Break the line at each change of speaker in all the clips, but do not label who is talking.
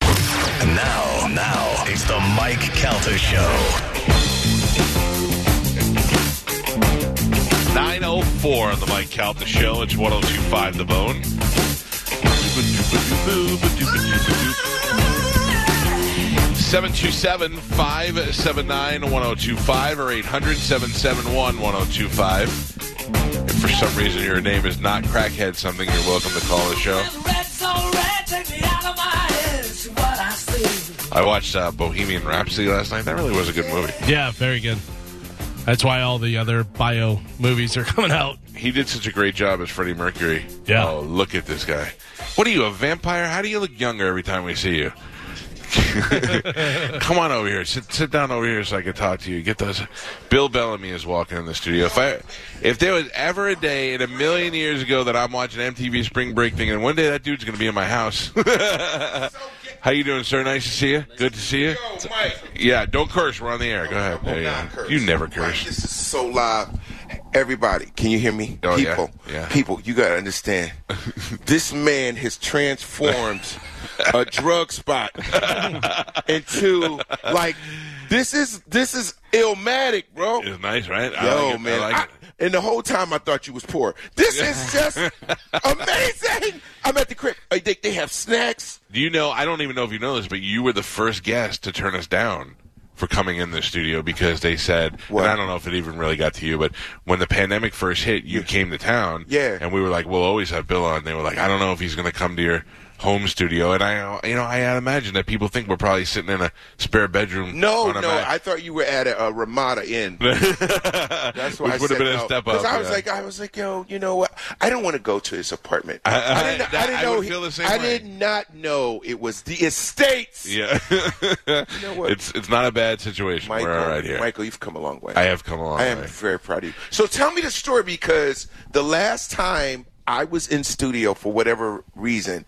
And now, now, it's the Mike Calter Show.
904 on the Mike Calta Show. It's 1025 The Bone. Seven two seven five seven nine one zero two five or eight hundred seven seven one one zero two five. If for some reason your name is not crackhead something, you're welcome to call the show. I watched uh, Bohemian Rhapsody last night. That really was a good movie.
Yeah, very good. That's why all the other bio movies are coming out.
He did such a great job as Freddie Mercury.
Yeah.
Oh, look at this guy. What are you, a vampire? How do you look younger every time we see you? Come on over here. Sit sit down over here so I can talk to you. Get those. Bill Bellamy is walking in the studio. If I, if there was ever a day in a million years ago that I'm watching MTV Spring Break thing, and one day that dude's going to be in my house. How you doing, sir? Nice to see you. Good to see you. Yeah. Don't curse. We're on the air. Go ahead. There you,
not
go.
Oh, curse.
you never
Mike,
curse.
this is so live. Everybody, can you hear me?
Oh, yeah.
people,
Yeah.
people, you gotta understand. this man has transformed a drug spot into like this is this is illmatic, bro.
It's nice, right? I
Yo,
like it. I
man.
like
I-
it.
and the whole time I thought you was poor. This is just amazing. I'm at the crib. Uh, They, they have snacks.
Do you know? I don't even know if you know this, but you were the first guest to turn us down for coming in the studio because they said,
What?
and I don't know if it even really got to you, but when the pandemic first hit, you came to town,
Yeah.
and we were like, we'll always have Bill on. They were like, I don't know if he's going to come to your home studio, and I, you know, I had imagined that people think we're probably sitting in a spare bedroom.
No,
on a
no,
mat.
I thought you were at a, a Ramada Inn. That's why
Which
I
would've
said
been a
no.
step
'Cause
up,
I was
yeah.
like, I was like, yo, you know what? I don't want to go to his apartment.
I- I-
didn't,
I
didn't
would
know.
feel the same
I
way.
did not know it was the estates.
yeah,
what?
it's it's not a bad situation.
Michael,
we're all right here.
Michael, you've come a long way.
I have come a long
I am
way.
very proud of you. So tell me the story because the last time I was in studio for whatever reason,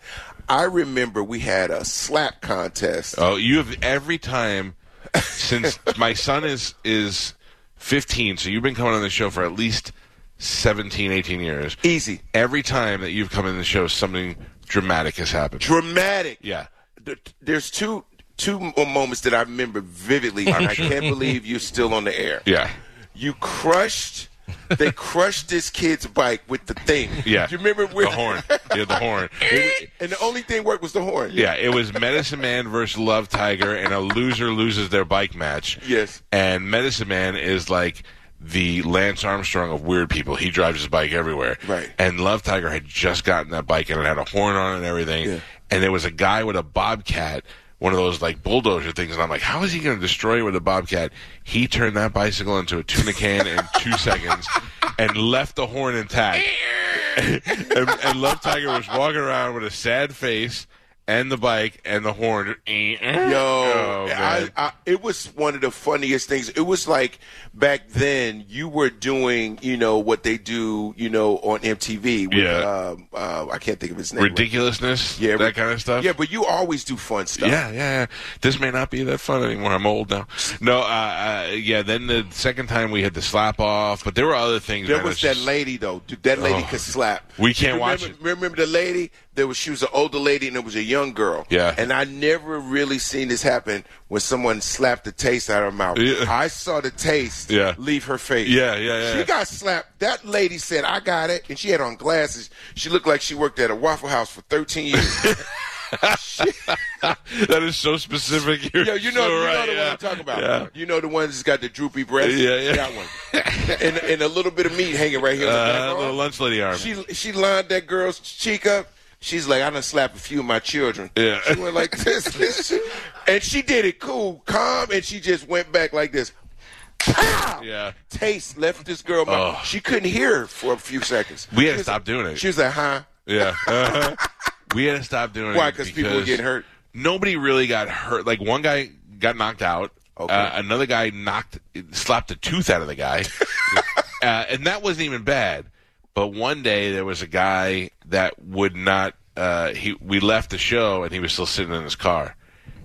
I remember we had a slap contest.
Oh, you have every time since my son is is 15, so you've been coming on the show for at least 17, 18 years.
Easy,
Every time that you've come in the show, something dramatic has happened.
dramatic.
yeah.
th- there's two two mo- moments that I remember vividly, and I can't believe you're still on the air.
Yeah.
You crushed. They crushed this kid's bike with the thing.
Yeah.
Do you remember where
the horn? Yeah, the horn. It-
And the only thing worked was the horn.
yeah, it was Medicine Man versus Love Tiger, and a loser loses their bike match.
Yes.
And Medicine Man is like the Lance Armstrong of weird people. He drives his bike everywhere.
Right.
And Love Tiger had just gotten that bike, and it had a horn on it and everything.
Yeah.
And there was a guy with a bobcat. One of those like bulldozer things, and I'm like, how is he going to destroy it with a bobcat? He turned that bicycle into a tuna can in two seconds, and left the horn intact and, and Love Tiger was walking around with a sad face and the bike and the horn. Yo,
Yo, I,
Oh, man.
I, it was one of the funniest things. It was like back then you were doing, you know, what they do, you know, on MTV. With,
Yeah.
um, uh, I can't think of his name.
ridiculousness,
Yeah,
that kind of stuff.
Yeah, but you always do fun stuff.
Yeah, yeah, yeah. This may not be that fun anymore. I'm old now. No, uh, uh, yeah. Then the second time we had the slap off, but there were other things.
There
man,
was
it's
that
just-
lady though. Dude, that lady
Oh.
could slap.
We can't
remember,
watch it.
Remember the lady? There was she was an older lady and it was a young girl.
Yeah.
And I never really seen this happen when someone slapped the taste out of her mouth.
Yeah.
I saw the taste
Yeah.
leave her face.
Yeah, yeah, yeah.
She got slapped. That lady said, "I got it," and she had on glasses. She looked like she worked at a Waffle House for 13 years.
that is so specific. You're
Yo, you know,
so
you know
right,
the
yeah.
one I'm talking about.
Yeah.
You know the ones that's got the droopy breasts.
Yeah, yeah.
That one. and, and a little bit of meat hanging right here. on the back
Uh,
arm.
the lunch lady arm.
She she lined that girl's cheek up. She's like, I done slapped a few of my children.
Yeah.
She went like this. this- and she did it cool, calm, and she just went back like this. Pow!
yeah.
Taste left this girl. mouth.
Oh.
She couldn't hear her for a few seconds.
We had
She
to
was-
stop doing it.
She was like, huh?
Yeah. Uh-huh. we had to stop doing it.
Why? Because people were getting hurt.
nobody really got hurt. Like one guy got knocked out.
Okay.
Uh, another guy knocked, slapped a tooth out of the guy, uh, and that wasn't even bad. But one day there was a guy that would not. Uh, he we left the show and he was still sitting in his car,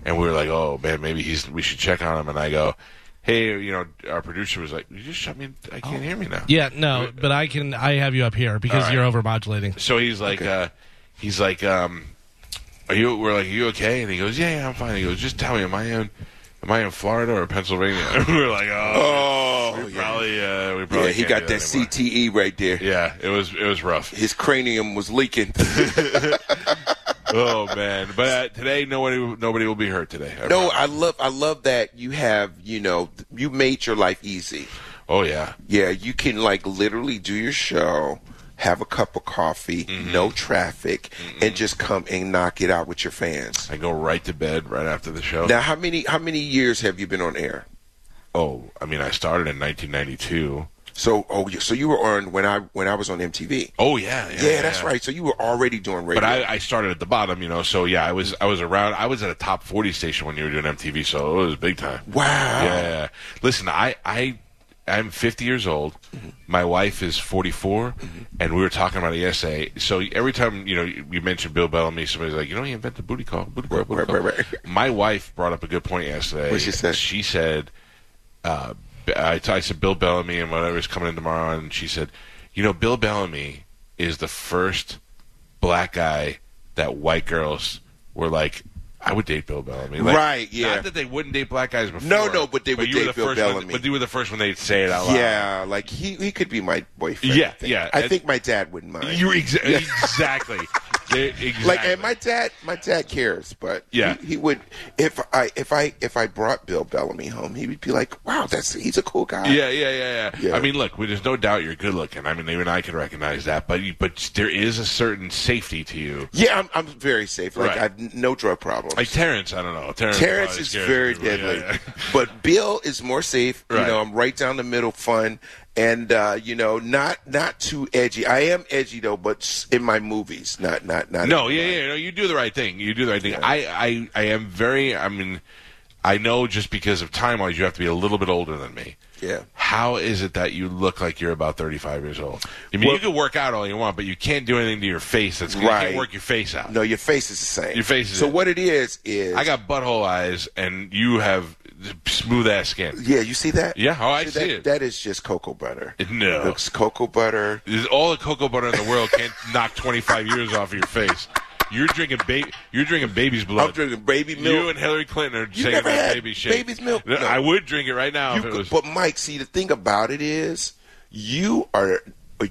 and we were like, "Oh man, maybe he's we should check on him." And I go, "Hey, you know, our producer was like, you just shut me. I can't hear me now."
Yeah, no, but I can. I have you up here because
right.
you're overmodulating.
So he's like, uh, he's like, um, are you? We're like, are you okay? And he goes, yeah, yeah, I'm fine. He goes, just tell me, am I in, am I in Florida or Pennsylvania? And we're like, oh,
Oh,
we
yeah.
probably, uh, we probably.
yeah, he
can't
got
do
that
anymore.
CTE right there.
Yeah, it was it was rough.
His cranium was leaking.
oh man, but uh, today nobody nobody will be hurt today. I
no,
promise.
I love I love that you have, you know, you made your life easy.
oh yeah,
Yeah, you can like literally do your show, have a cup of coffee,
Mm-hmm.
no traffic, and just come and knock it out with your fans.
I go right to bed right after the show.
Now, how many how many years have you been on air?
oh, I mean, I started in 1992.
So, oh, you- so you were on when I when I was on MTV.
Oh yeah, yeah,
Yeah, that's right. So you were already doing radio.
But I, I started at the bottom, you know. So yeah, I was I was around. I was at a top forty station when you were doing MTV, so it was big time.
wow.
Yeah, yeah. Listen, I I I'm 50 years old.
Mm-hmm.
My wife is 44, and we were talking about it yesterday. So every time you know you, you mention Bill Bellamy, somebody's like, you know, he invented booty call, booty call, booty
right,
call.
right, right.
My wife brought up a good point yesterday.
What'd she say?
She said, uh, B- I, t- I said Bill Bellamy and whatever's coming in tomorrow, and she said, you know, Bill Bellamy is the first black guy that white girls were like. I would date Bill Bellamy. Like,
Right, yeah.
Not that they wouldn't date black guys before.
No, no, but they would
you were
date
the
Bill
first one-
Bellamy.
but you were the first one they'd say it out loud.
Yeah, like he, he could be my boyfriend.
Yeah,
I think.
yeah.
I think my dad wouldn't mind.
You exa- exactly. They- exactly.
like, and my dad, my dad cares, but
Yeah.
he, he would. If I, if I, if I brought Bill Bellamy home, he would be like, "Wow, that's he's a cool guy."
Yeah, yeah, yeah, yeah.
Yeah.
I mean, look, we- there's no doubt you're good looking. I mean, even I can recognize that. But you, but there is a certain safety to you.
yeah. I'm, I'm very safe. Like
Right.
I've n- no drug problems.
Like Terrence, I don't know. Terrence,
Terrence
probably
is
scares
very
people. Yeah,
deadly,
yeah.
but Bill is more safe.
Right.
You know, I'm right down the middle, fun, and uh, you know, not not too edgy. I am edgy though, but s- in my movies, not not not.
No, yeah, yeah, no. You do the right thing. You do the right thing. I, I, I am very. I mean, I know just because of time wise, you have to be a little bit older than me.
Yeah.
How is it that you look like you're about 35 years old? I mean,
Well-
you can work out all you want, but you can't do anything to your face. That's gonna, You
Right.
can't work your face out.
No, your face is the same.
Your face is
So
it.
what it is is
I got butthole eyes, and you have smooth ass skin.
Yeah, you see that?
Yeah, oh, I see
that,
it.
That is just cocoa butter.
No.
Looks cocoa butter.
All the cocoa butter in the world can't knock 25 years off of your face. You're drinking baby. You're drinking baby's blood.
I'm drinking baby milk.
You and Hillary Clinton are
You
taking
never
that
had
baby shit.
baby's milk?
No,
No.
I would drink it right now
You
if it
could-
was.
but Mike, see the thing about it is you are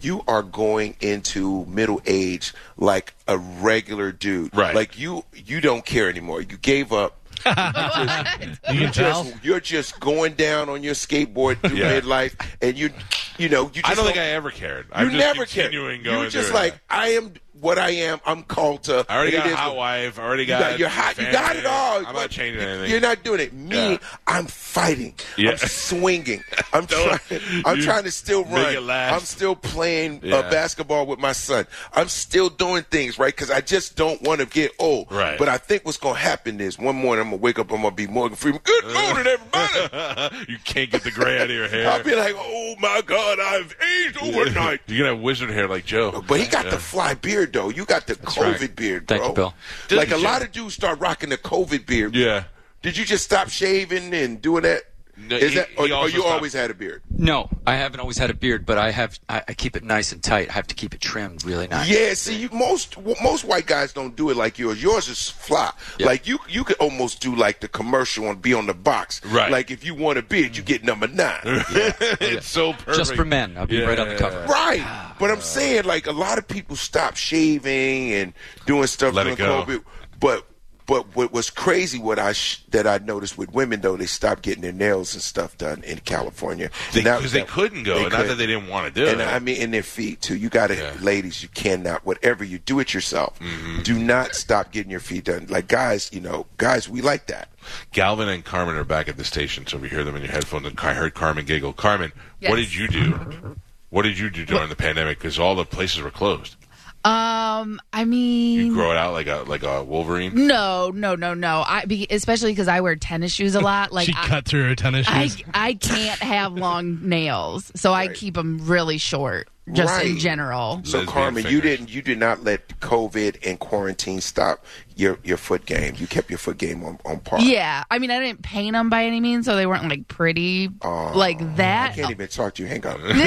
you are going into middle age like a regular dude.
Right.
Like you you don't care anymore. You gave up.
You can tell.
Just, you're just going down on your skateboard through
Yeah.
midlife and you you know, you just
I don't think I ever cared.
you
I'm just
never cared.
continuing going.
You're just
through it.
like I am what I am. I'm called to.
I already
it
got a
is
hot
what-
wife. I already
You
got.
got, your hot. You got it
family.
all.
I'm not
But
changing
you-
anything.
You're not doing it. Me,
Yeah.
I'm fighting.
Yeah.
I'm swinging. I'm
Don't-
trying. I'm
you
trying to still
make
run.
it last.
I'm still playing
Yeah.
uh, basketball with my son. I'm still doing things right because I just don't want to get old.
Right.
But I think what's gonna happen is one morning I'm gonna wake up. I'm gonna be Morgan Freeman. Good morning, everybody.
you can't get the gray out of your hair.
I'll be like, oh my god, I've aged overnight.
You're gonna have wizard hair like Joe.
But he got the fly beard though. You got the COVID
right.
beard, bro.
Thank you, Bill.
Like a
Didn't you?
lot of dudes start rocking the COVID beard.
Yeah.
Did you just stop shaving and doing that? Is
No, he-
that
he
or, or
also
you
stopped.
always had a beard?
No, I haven't always had a beard, but I have. I, I keep it nice and tight. I have to keep it trimmed really nice.
Yeah, see, you, most w- most white guys don't do it like yours. Yours is fly.
Yeah.
Like you, you could almost do like the commercial and be on the box.
Right.
Like if you want a beard, you get number nine.
it's so perfect.
Just for men. I'll be right on the cover.
Ah,
right. But I'm saying like a lot of people stop shaving and doing stuff
Let
during
it go.
COVID. But but what was crazy? What I sh- that I noticed with women though, they stopped getting their nails and stuff done in California And that-
Because they
that-
couldn't go.
they
not that
couldn't.
they didn't want to do
And
it.
I mean, in their feet too. You got to,
Yeah. Mm-hmm.
ladies. You cannot. Whatever you do it yourself. Do not stop getting your feet done. Like guys, you know, guys, we like that.
Galvin and Carmen are back at the station, so if you hear them in your headphones, and I heard Carmen giggle. Carmen, what did you do? What did you do during the pandemic? Because all the places were closed.
Um, I
You
Mm-hmm.
mean,
grow it out like a like a Wolverine.
no, no, no, no. I be, especially because I wear tennis shoes a lot. Like
she
I,
cut through her tennis
I,
shoes.
I can't have long nails, so I keep them really short, just in
Right.
general.
So
Lesbian
Carmen, you
fingers.
didn't you did not let COVID and quarantine stop your your foot game. You kept your foot game on on par.
Yeah, I mean, I didn't paint them by any means, so they weren't like pretty like
Oh, I
that.
can't even talk to you. Hang on.
Listen,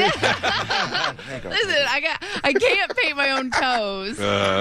I got, I can't paint my own toes.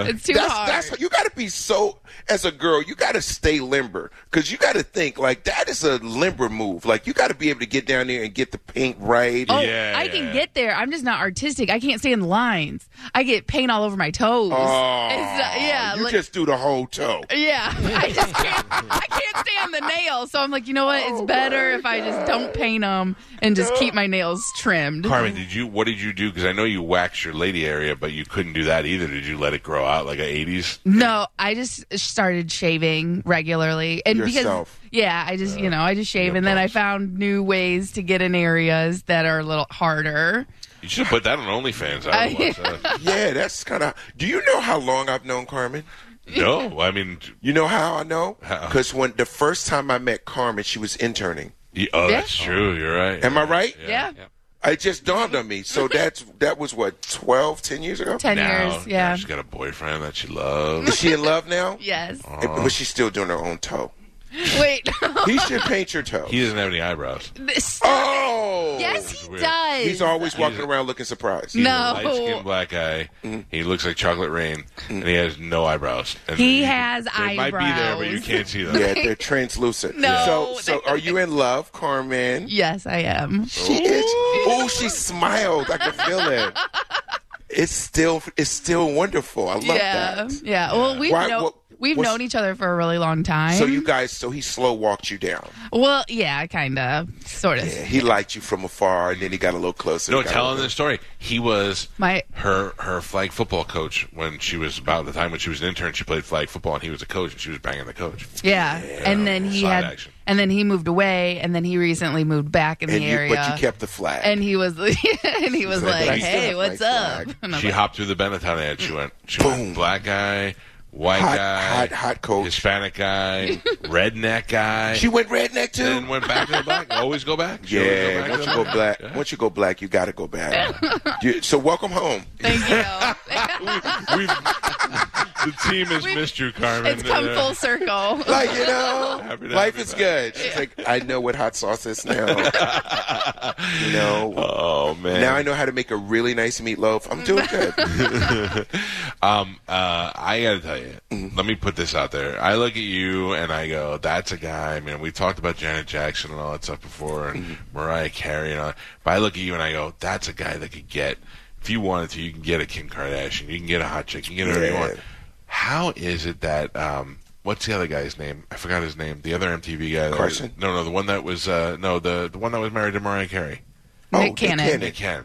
it's too
That's,
hard.
that's you got to be so as a girl. You got to stay limber because you got to think like that is a limber move. Like you got to be able to get down there and get the pink right.
Oh,
Yeah,
I
yeah,
can
yeah.
get there. I'm just not artistic. I can't stand lines. I get paint all over my toes.
Oh,
It's not- yeah,
you
like-
just do the whole toe.
yeah. I just can't. I can't stand the nails. So I'm like, you know what? It's better if I just don't paint them and just keep my nails trimmed.
Carmen, did you? What did you do? Because I know you waxed your lady area, but you couldn't do that either. Did you let it grow out like a '80s?
No, I just started shaving regularly, and
Yourself.
because yeah, I just you know I just shave, and then I found new ways to get in areas that are a little harder.
You should put that on OnlyFans. I would watch that.
Yeah, that's kind of. Do you know how long I've known Carmen?
No, I mean,
You know how I know?
How?
Because when the first time I met Carmen, she was interning.
y- oh, that's true. You're right.
Am I right?
Yeah,
It just dawned on me. So that's that was what 12, 10 years ago.
ten
now,
years.
now
Yeah,
she's got a boyfriend that she loves.
Is she in love now?
yes.
Oh.
But she's still doing her own toe.
Wait,
He should paint your toe.
he doesn't have any eyebrows.
This-
oh,
yes, he
weird.
does.
He's always walking around looking surprised.
He's
No.
a light-skinned black guy.
Mm-hmm.
He looks like chocolate rain, and he has no eyebrows. And
He
you-
has
they might be there, but you
eyebrows.
can't see them.
Yeah, they're translucent.
No,
So, so
they-
are you in love, Carmen?
yes, I am.
She is. Oh, she smiled. I can feel it. It's still, it's still wonderful. I love
Yeah,
that.
yeah. Well, we've
Why-
known
what-
we've
what's-
known each other for a really long time.
So you guys, so he slow walked you down.
well, yeah, kind of, sort of.
He liked you from afar, and then he got a little closer.
No,
Got a
tell him
little-
the story. He was
My-
her her flag football coach when she was about the time when she was an intern. She played flag football, and he was a coach, and she was banging the coach.
Yeah, and then he
Side
had,
action.
and then he moved away, and then he recently moved back in
And
the
you,
area.
but you kept the flag.
and he was, and he was
He's like,
like,
"But I still
"Hey,
have
what's
my
up?"
flag."
And I'm
She
like,
hopped through the Benetton ad. She went, she
Boom.
went black guy, white
Hot-
guy,
hot- hot coach.
Hispanic guy, redneck guy.
she went redneck too.
then went back to the black. Always go back. She always
yeah,
go
once
back
you go
to the
black, once you go black, you gotta go back. You- so welcome home.
Thank you.
We've, the team has missed you, Carmen.
it's come
Uh,
full circle.
Like you know,
Happy to have
life
you
is
back.
good. She's like, I know what hot sauce is now. you know,
Oh man.
now I know how to make a really nice meatloaf. I'm doing good.
Um, uh, I gotta tell you,
Mm-hmm.
let me put this out there. I look at you and I go, "That's a guy." Man, we talked about Janet Jackson and all that stuff before, and
Mm-hmm.
Mariah Carey and all. But I look at you and I go, "That's a guy that could get. If you wanted to, you can get a Kim Kardashian, you can get a hot chick, you can get whatever
Yeah.
you want." How is it that um, what's the other guy's name? I forgot his name. The other MTV guy. That was-
Carson?
no, no, the one that was uh, no, the the one that was married to Mariah Carey.
Oh,
Nick Cannon.
Nick Cannon.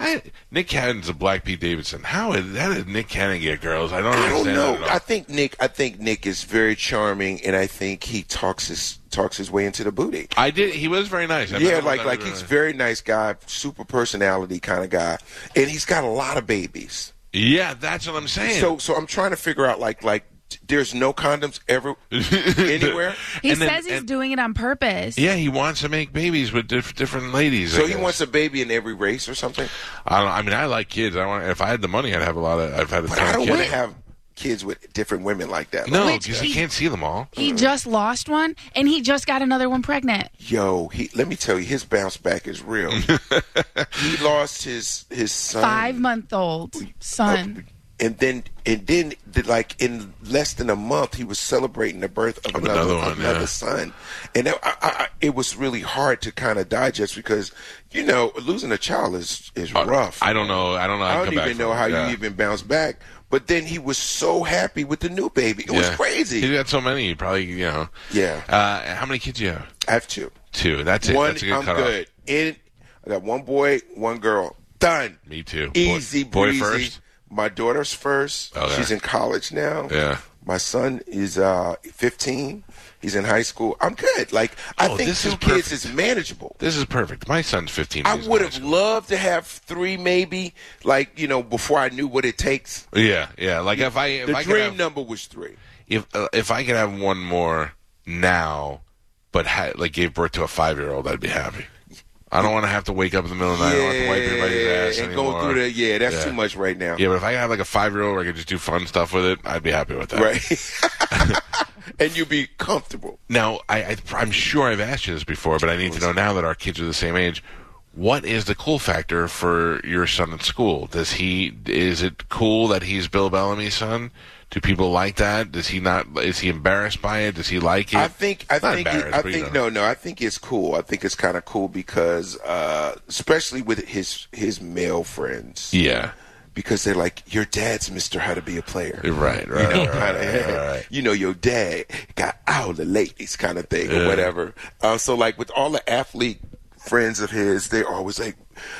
I, Nick Cannon's a black Pete Davidson. How is how did Nick Cannon get girls? I don't
I
understand.
don't know.
that at all.
I think Nick. I think Nick is very charming, and I think he talks his talks his way into the booty.
I did. He was very nice. I
Yeah,
met him
like
when I
like
was-
he's very nice guy, super personality kind of guy, and he's got a lot of babies.
Yeah, that's what I'm saying.
So so I'm trying to figure out like like t- there's no condoms ever anywhere.
He
And then-
says he's
and-
doing it on purpose.
yeah, he wants to make babies with diff- different ladies.
So
I
he
guess.
wants a baby in every race or something.
I, don't, I mean, I like kids. I want. If I had the money, I'd have a lot of. I've had a
But
ton
I don't
of
want
kids.
to have kids with different women like that.
no,
Which
because I
he-
can't see them all.
He just lost one, and he just got another one pregnant.
Yo, he let me tell you, his bounce back is real. he lost his his son.
Five month old son.
and then and then the- like in less than a month he was celebrating the birth of another,
another one,
another
yeah.
son and that, I, I, I- it was really hard to kind of digest because you know losing a child is is rough
I don't know. I don't know.
I
how to come
don't
back
even know
from it.
how
Yeah.
you even bounce back but then he was so happy with the new baby it was
Yeah. He's
crazy
got so many. You probably, you know.
Yeah.
Uh, how many kids do you have?
I have two
Two. That's it.
one
That's a good
I'm
cutoff.
good in I got one boy one girl done
Me too. Boy-
easy
boy
breezy
first?
my daughter's first
Okay.
she's in college now
Yeah.
My son is uh, 15. He's in high school. I'm good. Like I
Oh,
think
this
two
is
kids
perfect.
is manageable.
This is perfect. My son's 15.
I
He's in
would
high
have
school.
loved to have three, maybe. Like you know, before I knew what it takes.
Yeah, yeah. Like if I if
The
I could
dream
have,
number was three.
if uh, if I could have one more now, but ha- like gave birth to a five year old, I'd be happy. I don't want to have to wake up in the middle of the night. I don't have to wipe everybody's ass
and
anymore.
go through that. Yeah, that's
Yeah.
too much right now.
Yeah, but if I could have like a five year old where I could just do fun stuff with it, I'd be happy with that.
Right. and you'd be comfortable.
Now, I, I, I'm sure I've asked you this before, but I need to know now that our kids are the same age. What is the cool factor for your son at school? Does he is it cool that he's Bill Bellamy's son? Do people like that? Does he not? Is he embarrassed by it? Does he like it?
I think I
Not
think
embarrassed,
I
but,
think
you know.
no no I think it's cool. I think it's kind of cool because uh, especially with his his male friends
Yeah,
because they're like your dad's Mister How to Be a Player.
right, right, right,
You know,
right,
kinda,
right, right.
you know, your dad got all the ladies kind of thing or whatever. Uh, so, like, with all the athlete friends of his, they're always like,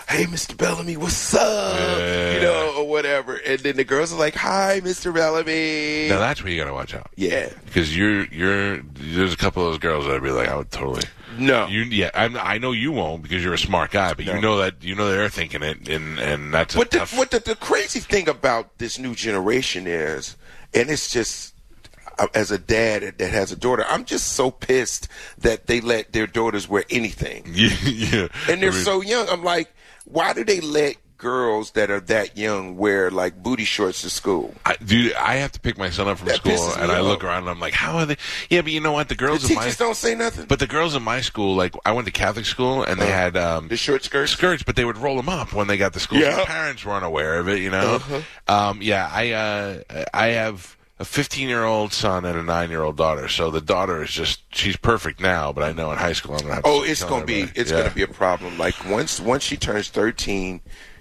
hey, Mr. Bellamy, what's up? You know, or whatever. And then the girls are like, hi, Mr. Bellamy.
Now that's where you gotta watch out
yeah.
because you're you're there's a couple of those girls that'd be like I would totally.
No.
You yeah, I'm, I know you won't because you're a smart guy, but you know that you know they're thinking it, and and that's a
But the,
tough-
what the, the crazy thing about this new generation is, and it's just, uh, as a dad that has a daughter, I'm just so pissed that they let their daughters wear anything.
yeah, yeah.
and they're
I mean-
so young. I'm like, why do they let girls that are that young wear like booty shorts to school?
I, dude, I have to pick my son up from
That
school,
pisses me
and I
off.
look around and I'm like, "How are they?" Yeah, but you know what? The
The
girls in my
teachers don't say nothing.
but the girls in my school, like I went to Catholic school, and they had um,
Uh-huh. the short skirts.
skirts, but they would roll them up when they got to school.
Yeah. Uh-huh.
The parents weren't aware of it, you know. Um, yeah, I uh, I have a 15 year old son and a nine year old daughter, so the daughter is just she's perfect now, but I know in high school I'm gonna have.
Oh,
to
it's
tell
gonna be
everybody.
it's
Yeah.
gonna be a problem. Like once once she turns 13,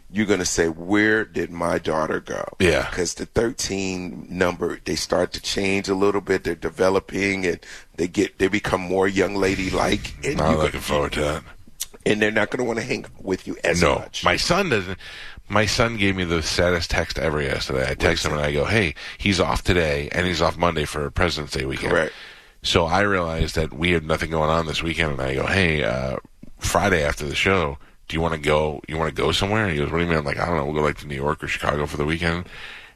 you're gonna say, where did my daughter go?
Yeah.
because the 13 number they start to change a little bit. They're developing and they get they become more young lady like, and,
Not
you-
looking forward to that.
and they're not gonna want to hang with you as
no,
much.
my son doesn't. My son gave me the saddest text ever yesterday. I text him and I go, "Hey, he's off today and he's off Monday for President's Day weekend."
Correct.
So I realized that we had nothing going on this weekend, and I go, "Hey, uh, Friday after the show, do you want to go? You want to go somewhere?" And he goes, "What do you mean?" I'm like, "I don't know. We'll go like to New York or Chicago for the weekend."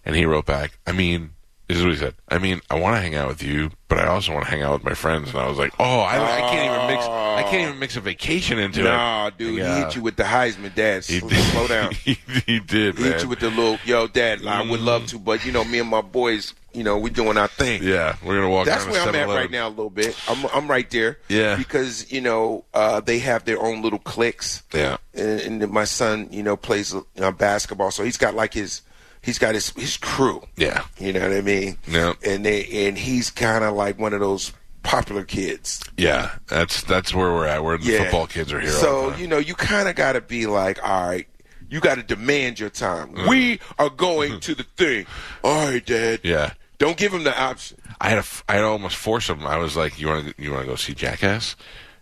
And he wrote back, "I mean." This is what he said. I mean, I want to hang out with you, but I also want to hang out with my friends. And I was like, "Oh, I, I can't even mix. I can't even mix a vacation into it."
Nah, dude, he
Yeah.
hit you with the Heisman, Dad.
uh, He
Slow,
did.
slow down.
he, he did, man. Mm.
Hit you with the little yo, Dad. I would love to, but you know, me and my boys, you know, we doing our thing.
yeah, we're gonna walk.
That's
down to
where I'm at
7-Eleven.
right now, a little bit. I'm I'm right there.
Yeah.
Because you know uh, they have their own little cliques.
Yeah.
And, and then my son, you know, plays uh, basketball, so he's got like his he's got his his crew.
Yeah.
You know what I mean?
Yeah.
And they and he's kind of like one of those popular kids.
Yeah, that's that's where we're at. Where the football kids are here. all
So
the time.
you know, you kind of got to be like, all right, you got to demand your time.
Mm.
We are going to the thing. All right, Dad.
yeah.
Don't give him the option.
I had a f- I had to almost force him. I was like, "You want to you want to go see Jackass?"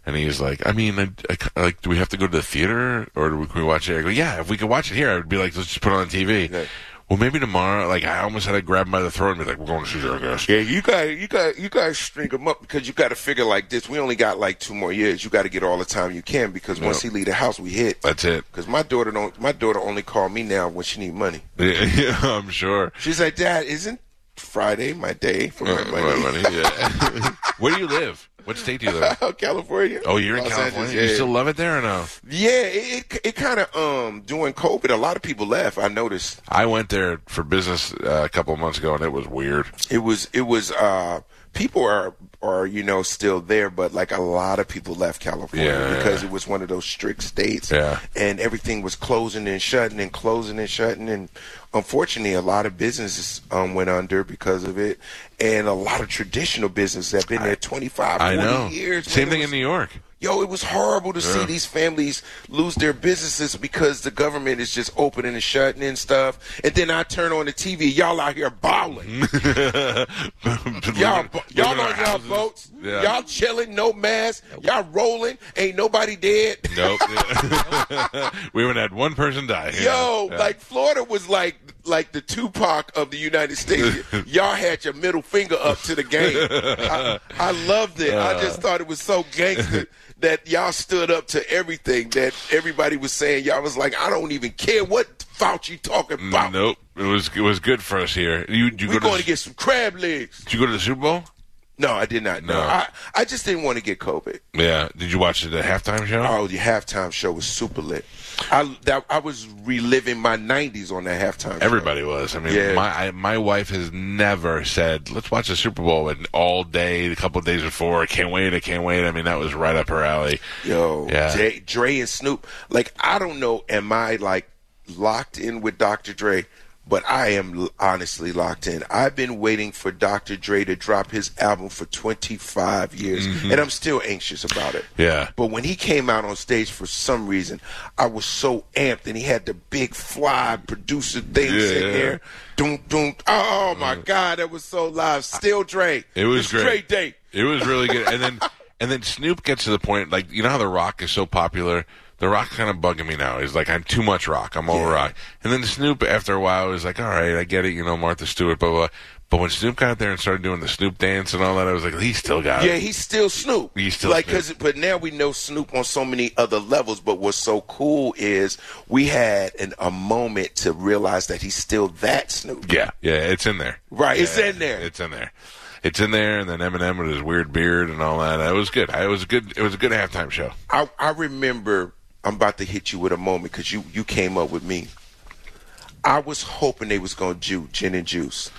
And he's like, "I mean, I, I c- like, do we have to go to the theater or do we, can we watch it?" I go, "Yeah, if we could watch it here, I would be like, let's just put it on TV."
Yeah.
Well, maybe tomorrow. Like, I almost had to grab him by the throat and be like, "We're going to see Jackass."
Yeah, you got you got you got to string him up because you got to figure like this. We only got like two more years. You got to get all the time you can because once he leave the house, we hit.
That's it.
Because my daughter don't. My daughter only call me now when she need money.
Yeah, I'm sure.
She's like, Dad, isn't Friday my day for my
Uh,
money?
my money, yeah. Where do you live? What state do you live? in?
California.
Oh, you're in
Los
California.
Angeles,
You
yeah.
still love it there or no?
Yeah, it it, it kind of um during COVID, a lot of people left. I noticed
I went there for business uh, a couple of months ago, and it was weird.
it was it was uh people are are you know still there, but like a lot of people left California
Yeah.
because it was one of those strict states,
Yeah.
and everything was closing and shutting and closing and shutting, and unfortunately, a lot of businesses um went under because of it, and a lot of traditional businesses have been there 25, 40
I know.
years.
Same
man. It
thing
was-
in New York.
Yo, it was horrible to see these families lose their businesses because the government is just opening and shutting and stuff. And then I turn on the TV, y'all out here bowling. Y'all, bo- y'all
Living in
on
our
y'all
houses.
boats.
Yeah.
Y'all chilling, no mask. Y'all rolling. Ain't nobody dead.
Nope. we haven't had one person die. here.
Yo,
Yeah.
like Florida was like like the Tupac of the United States. Y'all had your middle finger up to the game. I, I loved it. I just thought it was so gangster that y'all stood up to everything that everybody was saying. Y'all was like, I don't even care what Fauci talking about.
Nope. It was it was good for us here. You, you
We're
go to,
going to get some crab legs.
Did you go to the Super Bowl?
No, I did not. No,
No.
I, I just didn't want to get COVID.
Yeah. Did you watch the halftime show?
Oh, the halftime show was super lit. I that I was reliving my '90s on that halftime. show.
Everybody was. I mean,
Yeah.
my I, my wife has never said, "Let's watch the Super Bowl," and all day, a couple of days before, I can't wait, I can't wait. I mean, that was right up her alley.
Yo,
Yeah.
Dre, Dre and Snoop. Like, I don't know, am I like locked in with Dr. Dre? But I am l- honestly locked in. I've been waiting for Dr. Dre to drop his album for 25 years, and I'm still anxious about it.
Mm-hmm. Yeah.
But when he came out on stage, for some reason, I was so amped, and he had the big fly producer things
Yeah. Mm.
in there. Doom, doom. Oh my God, that was so live. Still Dre.
It was
It's
great.
Dre Day.
It was really good. And then and then Snoop gets to the point like you know how The Rock is so popular. The Rock kind of bugging me now. He's like, I'm too much Rock. I'm over Rock. And then Snoop, after a while, was like, All right, I get it. You know, Martha Stewart, blah blah. blah. But when Snoop got there and started doing the Snoop dance and all that, I was like, He still got
Yeah,
it.
he's still Snoop.
He's still
like
Snoop.
because, but now we know Snoop on so many other levels. But what's so cool is we had an, a moment to realize that he's still that Snoop.
Yeah, yeah, it's in there.
Right,
Yeah,
it's in there.
It's in there. It's in there, and then Eminem with his weird beard and all that. It was good. It was a good. It was a good halftime show.
I, I remember. I'm about to hit you with a moment because you you came up with me. I was hoping they was gonna do gin and juice.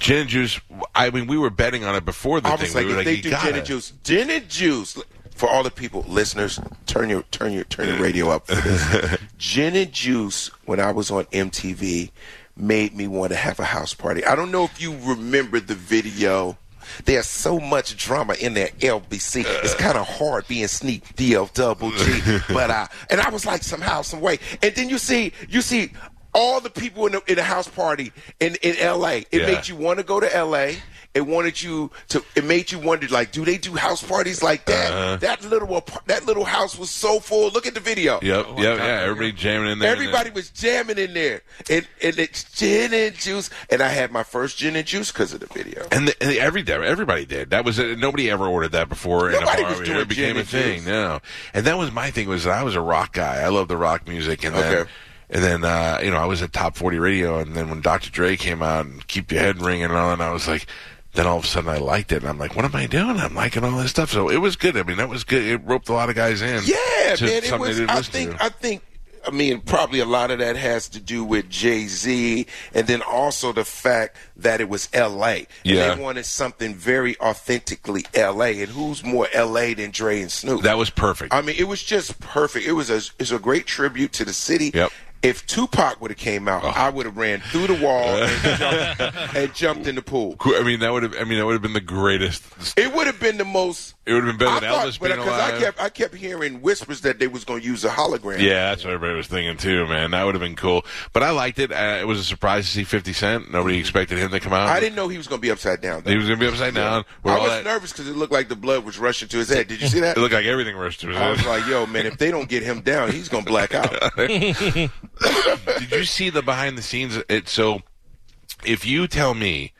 Gin and juice. I mean, we were betting on it before the
I
thing.
was like,
we were like,
if they
you
do
gotta.
gin and juice, gin and juice for all the people listeners, turn your turn your turn the radio up for this. gin and juice when I was on MTV made me want to have a house party. I don't know if you remember the video. There's so much drama in that LBC. It's
Uh.
kind of hard being sneak DL double G. But I and I was like somehow, some way. And then you see, you see all the people in the, in the house party in in LA. It
Yeah.
makes you want to go to LA. It wanted you to. It made you wonder, like, do they do house parties like that?
Uh-huh.
That little apar- that little house was so full. Look at the video.
Yep, yep, yeah. Everybody jamming in there. and then-
oh Everybody was jamming in there, and and it's gin and juice. And I had my first gin and juice because of the video.
And, the, and the, every day, everybody did. That was it. Nobody ever ordered that before.
Nobody
in a bar
was
over
doing
here. It became
gin
a
and
thing.
juice.
No, and that was my thing. Was that I was a rock guy. I loved the rock music, and then
Okay.
and then uh, you know I was at top forty radio, and then when Dr. Dre came out and Keep Your Head Ringing and all, and I was like. Then all of a sudden I liked it, and I'm like, "What am I doing? I'm liking all this stuff." So it was good. I mean, that was good. It roped a lot of guys in.
Yeah,
to
man. It
something they
was.
didn't
I
listen
think.
to.
I think. I mean, probably a lot of that has to do with Jay Z, and then also the fact that it was L.A.
Yeah.
and they wanted something very authentically L.A. And who's more L.A. than Dre and Snoop?
that was perfect.
I mean, it was just perfect. It was a it's a great tribute to the city.
Yep. Oh.
If Tupac would have came out, I would have ran through the wall and jumped, and jumped in the pool.
Cool. I mean, that would have. I mean, that would have been the greatest.
It would have been the most.
It would have been better than Elvis
but-
being alive.
I kept I kept hearing whispers that they was going to use a hologram.
Yeah, that's what everybody was thinking too, man. That would have been cool. But I liked it. Uh, it was a surprise to see 50 Cent. Nobody expected him to come out.
I didn't know he was going to be upside down. Though.
He was going to be upside down. with
I
all
was
that-
nervous because it looked like the blood was rushing to his head. Did you see that?
It looked like everything rushed to his
I was
head.
like, yo, man, if they don't get him down, he's going to black out.
Did you see the behind the scenes? It so if you tell me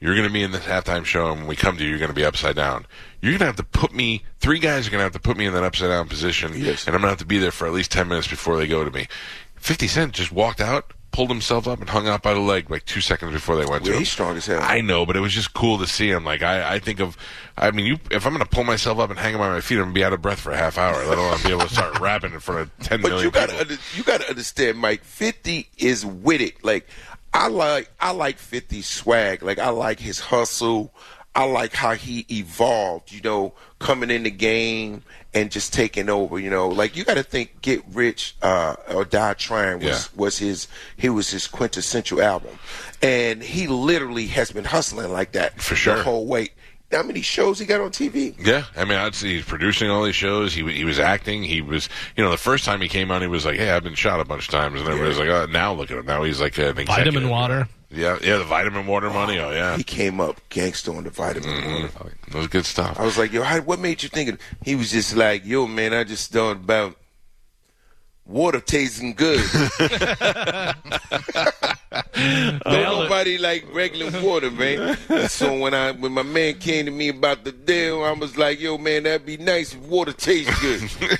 you're going to be in this halftime show and when we come to you, you're going to be upside down. You're going to have to put me. Three guys are going to have to put me in that upside down position,
Yes.
and I'm going to have to be there for at least ten minutes before they go to me. Fifty Cent just walked out, pulled himself up, and hung out by the leg like two seconds before they went to
Yeah,
him.
he's strong as hell.
I know, but it was just cool to see him. Like I, I think of, I mean, you if I'm going to pull myself up and hang him by my feet, I'm going to be out of breath for a half hour. Let alone be able to start rapping in front of ten
But
million
you got
people.
to you got to understand, Mike. Fifty is with it. Like I like I like 50 swag. Like I like his hustle. I like how he evolved. You know, coming in the game and just taking over. You know, like you got to think Get Rich uh, or Die Trying was
Yeah.
was his he was his quintessential album, and he literally has been hustling like that
For sure.
the whole way. How many shows he got on TV?
Yeah, I mean, I'd see he's producing all these shows. He wa- he was acting. He was, you know, the first time he came on, he was like, "Hey, I've been shot a bunch of times," and everybody's like, "Oh, now look at him. Now he's like an executive.
Vitamin water.
Yeah, yeah, the vitamin water money. Oh yeah, Mm-hmm.
He came up gangster on the vitamin water.
that was good stuff.
I was like, yo, how, what made you think? Of, he was just like, yo, man, I just thought about water tasting good. Don't nobody like regular water, man. so when I when my man came to me about the deal, I was like, "Yo, man, that'd be nice if water tastes good."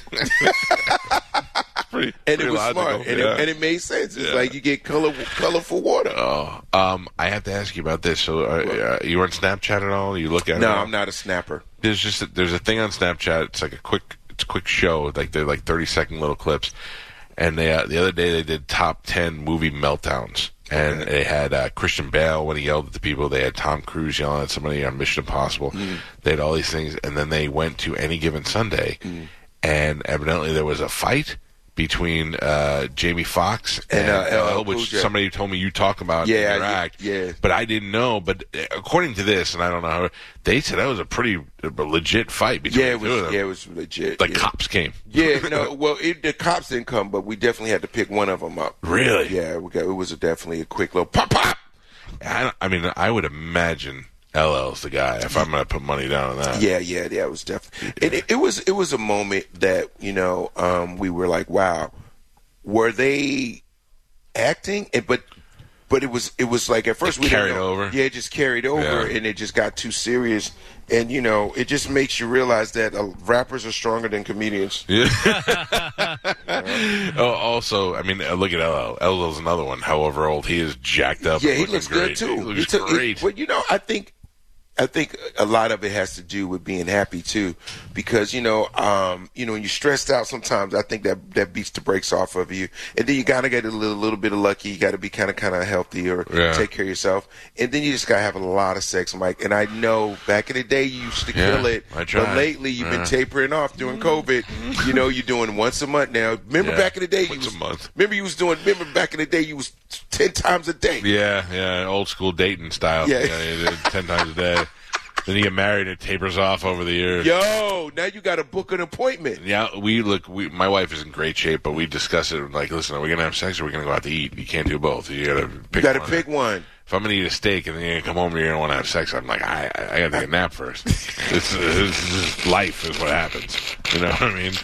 Pretty-
and
pretty
it was
logical,
smart, and,
yeah.
it, and it made sense. It's like you get color colorful water.
Oh, um, I have to ask you about this. So, uh, uh, you on Snapchat at all? You look at it
no,
at all?
I'm not a snapper.
There's just a, there's a thing on Snapchat. It's like a quick it's a quick show. Like they're like 30 second little clips. And they uh, the other day they did top 10 movie meltdowns. And they had uh, Christian Bale when he yelled at the people. They had Tom Cruise yelling at somebody on Mission Impossible.
Mm.
They had all these things, and then they went to Any Given Sunday,
Mm.
and evidently there was a fight between uh, Jamie Foxx and,
And,
LL,
uh, LL Cool
which
J.
somebody told me you talk about
Yeah,
in
I
your
did-
act.
yeah.
But I didn't know. But uh, according to this, and I don't know how they said that was a pretty uh, legit fight between the
Yeah, it
two of
was.
them.
Yeah, it was legit.
like
yeah.
cops came.
Yeah, no. Well, it, the cops didn't come, but we definitely had to pick one of them up.
Really?
Yeah, we got, it was a, definitely a quick little pop pop.
I, don't- I mean, I would imagine LL's the guy if I'm going to put money down on that.
Yeah, yeah, yeah. It was definitely. It, it, it was. It was a moment that you know um, we were like, wow, were they acting? And, but but it was it was like at first
It
we didn't
carried
know.
over?
Yeah, it just carried over,
Yeah.
and it just got too serious. And you know, it just makes you realize that uh, rappers are stronger than comedians.
Oh, also, I mean, uh, look at LL. LL's another one. However old he is, jacked up.
Yeah,
and
he
looking
looks
great.
good too.
He looks
took- he-
great.
well, you know, I think, I think a lot of it has to do with being happy too, because you know, um, you know, when you're stressed out, sometimes I think that that beats the brakes off of you, and then you gotta get a little, little bit of lucky. You gotta be kind of, kind of healthy or
Yeah.
take care of yourself, and then you just gotta have a lot of sex, Mike. And I know back in the day you used to
Yeah,
kill it,
I tried.
but lately you've
Yeah.
been tapering off during COVID. You know, you're doing once a month now. Remember
Yeah,
back in the day, you
once a
was,
month.
Remember you was doing. Remember back in the day, you was ten times a day.
Yeah, yeah, old school Dayton style.
Yeah.
you do it ten times a day. Then you get married, it tapers off over the years.
Yo, now you got to book an appointment.
Yeah, we look. We, my wife is in great shape, but we discuss it. and Like, listen, are we gonna have sex or are we gonna go out to eat? You can't do both. You gotta pick.
You got to
one.
pick one.
If I'm gonna eat a steak and then you're gonna come home and you're gonna want to have sex, I'm like, I, I gotta take a nap first. this, this, this life is what happens. You know what I mean?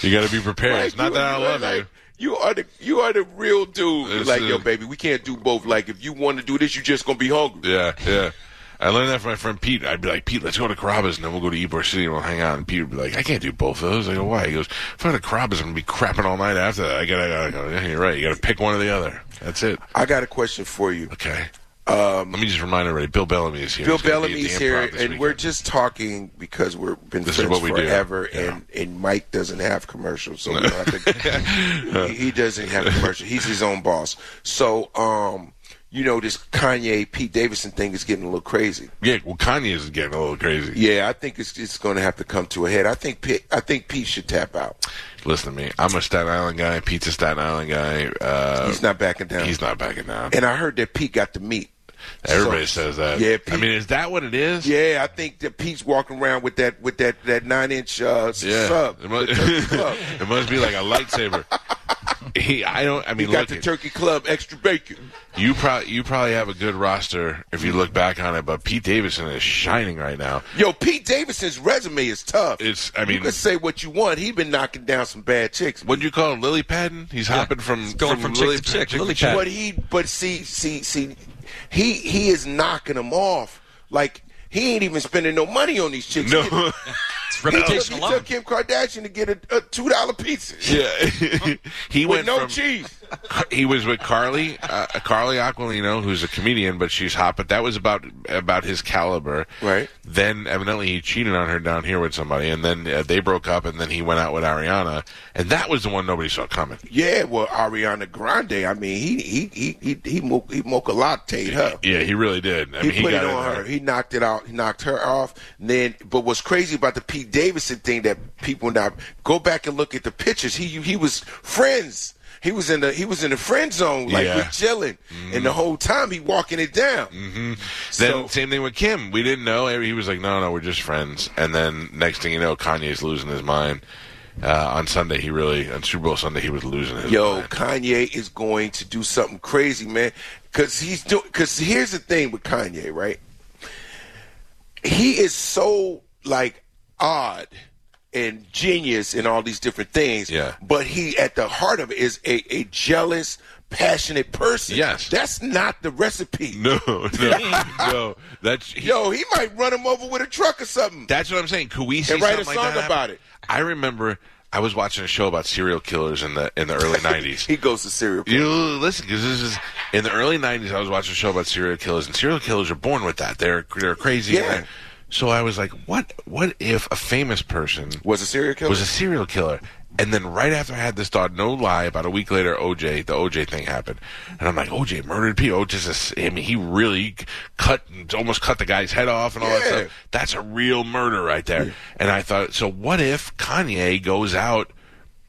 You gotta be prepared. it's not
Like, you-
that I love
like,
you.
You are the you are the real dude.
This
like,
is-
yo, baby, we can't do both. Like, if you want to do this, you just gonna be hungry.
Yeah, yeah. I learned that from my friend Pete. I'd be like, Pete, let's go to Carrabba's and then we'll go to Ybor City and we'll hang out. And Pete would be like, I can't do both of those. I go, why? He goes, if I go to Carrabba's, I'm going to be crapping all night after that. I got to I go, yeah, you're right. You got to pick one or the other. That's it.
I got a question for you.
Okay. Um, Let me just remind everybody, Bill Bellamy is here.
Bill
He's gonna be at
Bellamy's
the Improv
here,
this
and
weekend.
we're just talking because we're been
This is
friends
what we do.
forever,
Yeah.
and and Mike doesn't have commercials, so we don't have to, he, he doesn't have commercials. He's his own boss. So, um, you know, this Kanye Pete Davidson thing is getting a little crazy.
Yeah, well, Kanye is getting a little crazy.
Yeah, I think it's it's going to have to come to a head. I think Pete, I think Pete should tap out.
Listen to me. I'm a Staten Island guy. Pete's a Staten Island guy. Uh,
He's not backing down.
he's not backing down.
And I heard that Pete got the meat.
Everybody
So-
says that.
Yeah, Pete,
I mean, is that what it is?
yeah, I think that Pete's walking around with that with that that nine inch uh,
Yeah.
sub.
It, mu-
the turkey club.
it must be like a lightsaber. he, I don't. I
He
mean,
got
look,
the turkey club extra bacon.
you probably you probably have a good roster if you look back on it, but Pete Davidson is shining right now.
Yo, Pete Davidson's resume is tough.
It's- I
you
mean-
can say what you want. He's been knocking down some bad chicks.
What do you call him, Lily Patton? He's hopping from
He's going from chick
Lily
to
Pa-
chick, Lily Patton.
But he, but see, see, see, he he is knocking them off. Like he ain't even spending no money on these chicks. He-
No.
It's
He took,
reputation
he
alone.
took Kim Kardashian to get a, a two dollar pizza
yeah. he
with
went
no
from,
cheese.
he was with Carly, uh, Carly Aquilino, who's a comedian, but she's hot. But that was about about his caliber,
Right.
Then evidently he cheated on her down here with somebody, and then uh, they broke up, and then he went out with Ariana, and that was the one nobody saw coming.
Yeah, well, Ariana Grande. I mean, he he he he he, mo- he mocha latte her.
Yeah, he really did. I
He
mean, he
put
got
it uh,
in
on
there.
her. He knocked it out. He knocked her off. And then, but what's crazy about the Pete Davidson thing that people now go back and look at the pictures. He he was friends. He was in the he was in the friend zone, like
Yeah.
we're chilling, and the whole time he walking it down.
Then
So-
same thing with Kim. We didn't know. He was like, "No, no, we're just friends." And then next thing you know, Kanye's losing his mind. Uh, on Sunday, he really on Super Bowl Sunday, he was losing his
Yo,
mind.
Kanye is going to do something crazy, man. Cause he's doing. Cause here's the thing with Kanye, right? He is so like odd and genius and all these different things.
Yeah.
But he, at the heart of it, is a, a jealous, passionate person.
Yes.
That's not the recipe.
No, no, no. That's he,
Yo, he might run him over with a truck or something.
That's what I'm saying. Could we see
And write a
something like
song
that happen?
about it.
I remember I was watching a show about serial killers in the in the early '90s.
he goes to serial.
You listen, because this is in the early '90s. I was watching a show about serial killers, and serial killers are born with that. They're they're crazy.
Yeah.
So I was like, what? What if a famous person
Was a serial killer?
was a serial killer? And then right after I had this thought, no lie, about a week later, OJ, the OJ thing happened, and I'm like, OJ murdered people. OJ's, a s- I mean, he really cut, almost cut the guy's head off and all that
Yeah.
stuff. That's a real murder right there. And I thought, so what if Kanye goes out?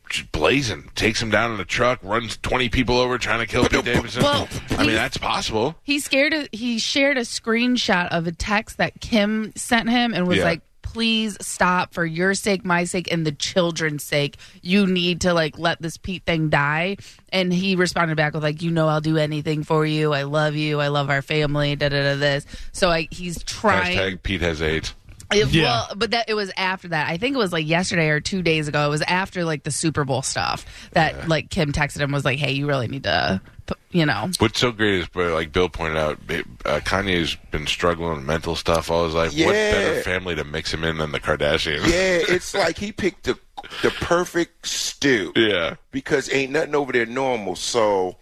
just Blazing, takes him down in a truck, runs twenty people over trying to kill Pete Davidson.
Well,
I mean,
he's-
that's possible.
He scared. A, he shared a screenshot of a text that Kim sent him and was
Yeah.
like, "Please stop for your sake, my sake, and the children's sake. You need to like let this Pete thing die." And he responded back with like, "You know, I'll do anything for you. I love you. I love our family. Da da da. This." So I, he's trying.
Hashtag Pete has AIDS.
It,
Yeah.
Well, but that it was after that. I think it was like yesterday or two days ago. It was after like the Super Bowl stuff that like Kim texted him and was like, "Hey, you really need to, p- you know."
What's so great is, but like Bill pointed out, ba- uh, Kanye's been struggling with mental stuff all his life. What
Yeah.
better family to mix him in than the Kardashians?
yeah, it's like he picked the the perfect stew.
Yeah.
because ain't nothing over there normal. So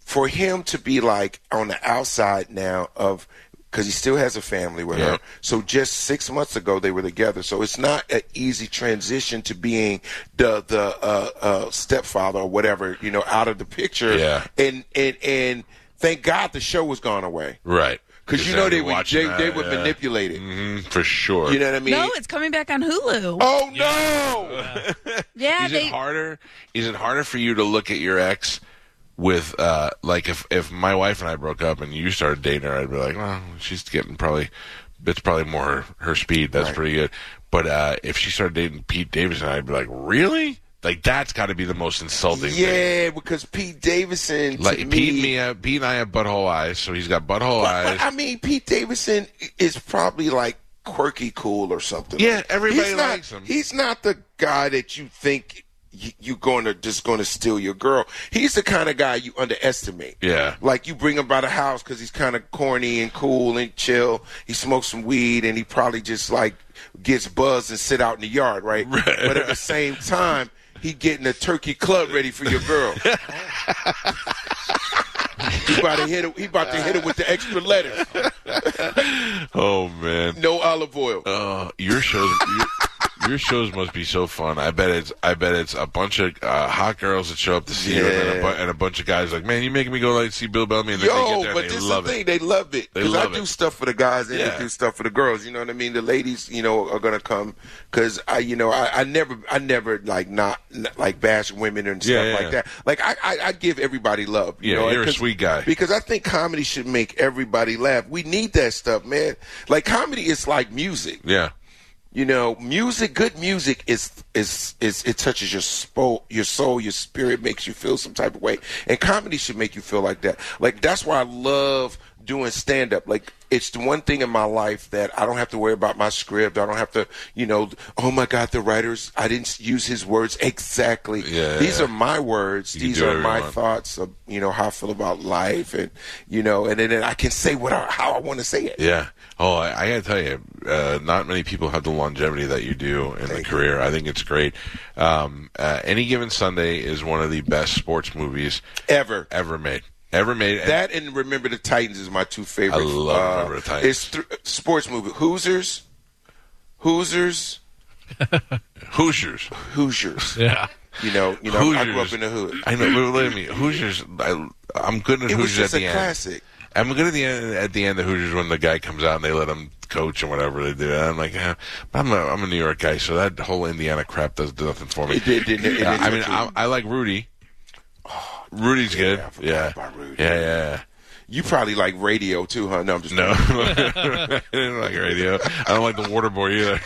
for him to be like on the outside now of because he still has a family with
Yeah.
her. So just six months ago they were together. So it's not an easy transition to being the the uh, uh, stepfather or whatever you know out of the picture.
Yeah.
and and and thank God the show was gone away
Right.
because you
Just
know they
after
would
watching
they,
that,
they would
yeah.
manipulate it.
Mhm, for sure.
You know what I mean?
No, it's coming back on Hulu.
oh no.
yeah,
is it harder? Is it harder for you to look at your ex with uh, like if if my wife and I broke up and you started dating her, I'd be like, well, she's getting probably it's probably more her speed. That's pretty good. But uh, if she started dating Pete Davidson, I'd be like, really? Like that's got to be the most insulting. thing.
Yeah, because Pete Davidson. to
Like
me,
Pete, and me have, Pete and I have butthole eyes, so he's got butthole
But,
eyes.
I mean, Pete Davidson is probably like quirky cool or something.
Yeah, everybody
he's not,
likes him.
He's not the guy that you think you, you're going to just going to steal your girl. He's the kind of guy you underestimate.
Yeah.
Like you bring him by the house because he's kind of corny and cool and chill. He smokes some weed and he probably just like gets buzzed and sit out in the yard, right? But at the same time, he getting a turkey club ready for your girl. he about to hit it. He about to hit it with the extra lettuce.
Oh man,
No olive oil.
uh, your shows, your, your shows must be so fun. I bet it's, I bet it's a bunch of uh, hot girls that show up to see you, and, then a
Yeah.
bu- and a bunch of guys like, man, you making me go like see Bill Bellamy, and then they get
Yo,
there and
but this
they
is the
love
thing.
it.
They love it.
They
Because I
love
do
it.
stuff for the guys and
Yeah.
they do stuff for the girls. You know what I mean? The ladies, you know, are gonna come because I, you know, I, I never, I never like not like bash women and stuff
Yeah, yeah,
like
yeah.
that. Like I, I, I give everybody love. You
Yeah,
know?
you're a
'Cause-
sweet guy.
Because I think comedy should make everybody laugh. We need that stuff, man. Like comedy is like music.
Yeah,
You know, music, good music is is is it touches your soul, your soul, your spirit, makes you feel some type of way, and comedy should make you feel like that. Like that's why I love doing stand up. Like it's the one thing in my life that I don't have to worry about my script. I don't have to, you know, oh my God, the writers, I didn't use his words exactly.
Yeah.
These are my words.
can
These
do
are
whatever you
my
want.
thoughts of you know how I feel about life, and you know, and then and I can say what I, how I want to say it.
yeah. Oh, I, I gotta tell you, uh, not many people have the longevity that you do in the career. I think it's great. Um, uh, Any given Sunday is one of the best sports movies
Ever.
ever made, ever made. And
That and Remember the Titans is my two favorite.
I love
uh,
Remember the Titans.
It's th- sports movie. Hoosiers, Hoosiers,
Hoosiers.
Hoosiers.
Yeah.
You know, you know. I grew up
Hoosiers.
in the hood.
I know. But wait a minute. Hoosiers. I, I'm good at
It
Hoosiers
was just
at
a
the end.
classic.
I'm good at the end. At the end of Hoosiers, when the guy comes out and they let him coach and whatever they do, and I'm like, eh, I'm a I'm a New York guy, so that whole Indiana crap does do nothing for me.
It did- didn't it? It
Yeah,
did
I mean,
nothing.
I, I like Rudy. Rudy's good.
I forgot
Yeah.
about Rudy.
yeah, yeah,
You probably like radio too, huh? No, I'm just
yeah. No, I didn't like radio. I don't like the water boy either.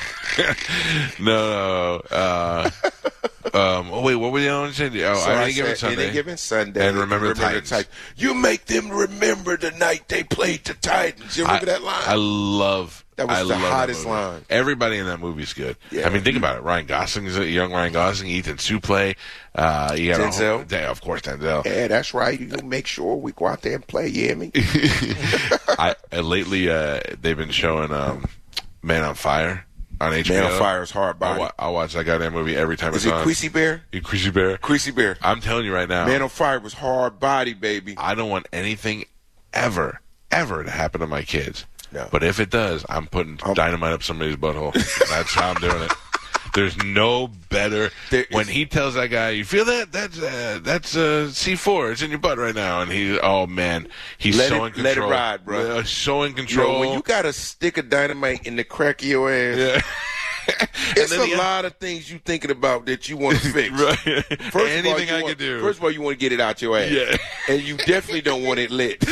no, no. Uh, Um, oh wait, what were the other ones? saying? Oh,
So
any
I
given
said,
Sunday.
Any given Sunday.
And Remember the Titans.
Tit- You make them remember the night they played the Titans. You remember
I,
that line?
I love.
That was
I
the
love that
hottest
movie.
line.
Everybody in that movie's good.
Yeah.
I mean, think about it. Ryan Gosling's a young Ryan Gosling. Ethan Suplee. Uh, you got a whole-
Denzel.
yeah, of course, Denzel.
yeah, that's right. You gonna make sure we go out there and play. You hear me?
I, and lately, uh, they've been showing um, Man on Fire on HBO.
Man on Fire is hard
I,
body.
wa- I watch that goddamn movie every time it's
Is it
on.
Creasy Bear?
You Creasy Bear.
Creasy Bear.
I'm telling you right now,
Man on Fire was hard body, baby.
Oh. I don't want anything ever, ever to happen to my kids.
No. Oh.
But if it does, I'm putting dynamite up somebody's butthole. That's how I'm doing it. There's no better.
There
when
is-
he tells that guy, "You feel that? That's uh, that's uh, C4. It's in your butt right now." And he, oh man, he's
Let
so
it-
in control.
let it ride, bro.
Yeah, so in
You know,
control.
when you got a stick of dynamite in the crack of your ass,
Yeah.
it's
then
a
the-
lot of things you thinking about that you want to fix.
Right.
First of all,
Anything
you
I
want-
could do.
First of all, you want to get it out your ass.
Yeah.
And you definitely don't want it lit.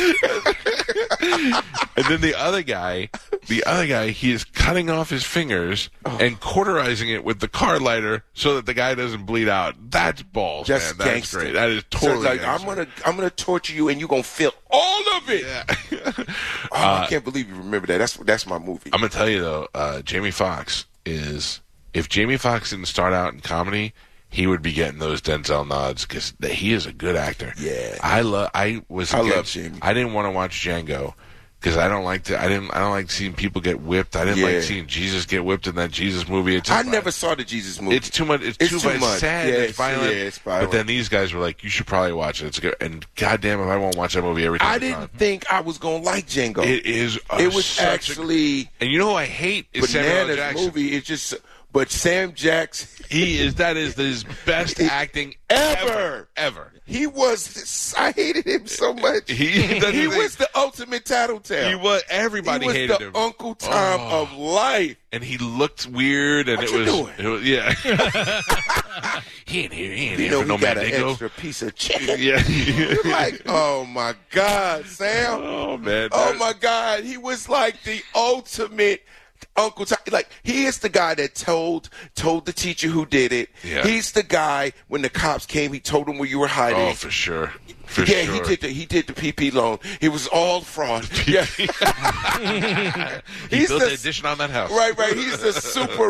and then the other guy, the other guy, he is cutting off his fingers and cauterizing it with the car lighter so that the guy doesn't bleed out. That's balls, man.
Just
That's
gangster.
great. That is
So
totally.
it's like I'm
gangster.
gonna I'm gonna torture you and you're gonna feel all of it.
Yeah.
Oh, I can't believe you remember that. That's that's my movie.
Uh, I'm gonna tell you though, uh, Jamie Foxx is if Jamie Foxx didn't start out in comedy, he would be getting those Denzel nods because he is a good actor.
Yeah.
I love. I was.
I love
against-
Jamie.
I didn't want to watch Django because I don't like to. I didn't. I don't like seeing people get whipped. I didn't
Yeah.
like seeing Jesus get whipped in that Jesus movie. It's
I never saw the Jesus movie.
It's too much. It's,
It's
too,
too
much.
much.
Sad.
Yeah,
it's
it's-
violent.
yeah, it's violent.
But then these guys were like, "You should probably watch it. It's good." And goddamn, if I won't watch that movie every time.
I
it's on.
didn't think I was gonna like Django.
It is. a-
It was
such a-
actually
and you know who I hate is Samuel L.
bananas
Jackson.
movie. It's just but Sam Jackson
He is that is his best acting
Ever.
ever. ever.
he was I hated him so much.
He- that's
he
the thing.
was the ultimate tattletale.
He was
He
everybody
was
hated
the
him.
Uncle Tom
Oh.
of life.
and he looked weird and
What
it
you
was,
doing?
it was- yeah. he ain't here, he ain't
You
here
know,
for no
he got
man
an
dingo.
extra piece of chicken.
Yeah.
You're like, oh my God, Sam.
oh man.
Oh
that-
my God. He was like the ultimate Uncle Tom. Like, he is the guy that told told the teacher who did it.
Yeah.
He's the guy when the cops came, he told them where you were hiding.
Oh for sure. For
yeah,
sure.
he did the he did the PP loan. It was all fraud. Yeah.
He
he's
built
the-
the addition on that house.
right, right. He's the super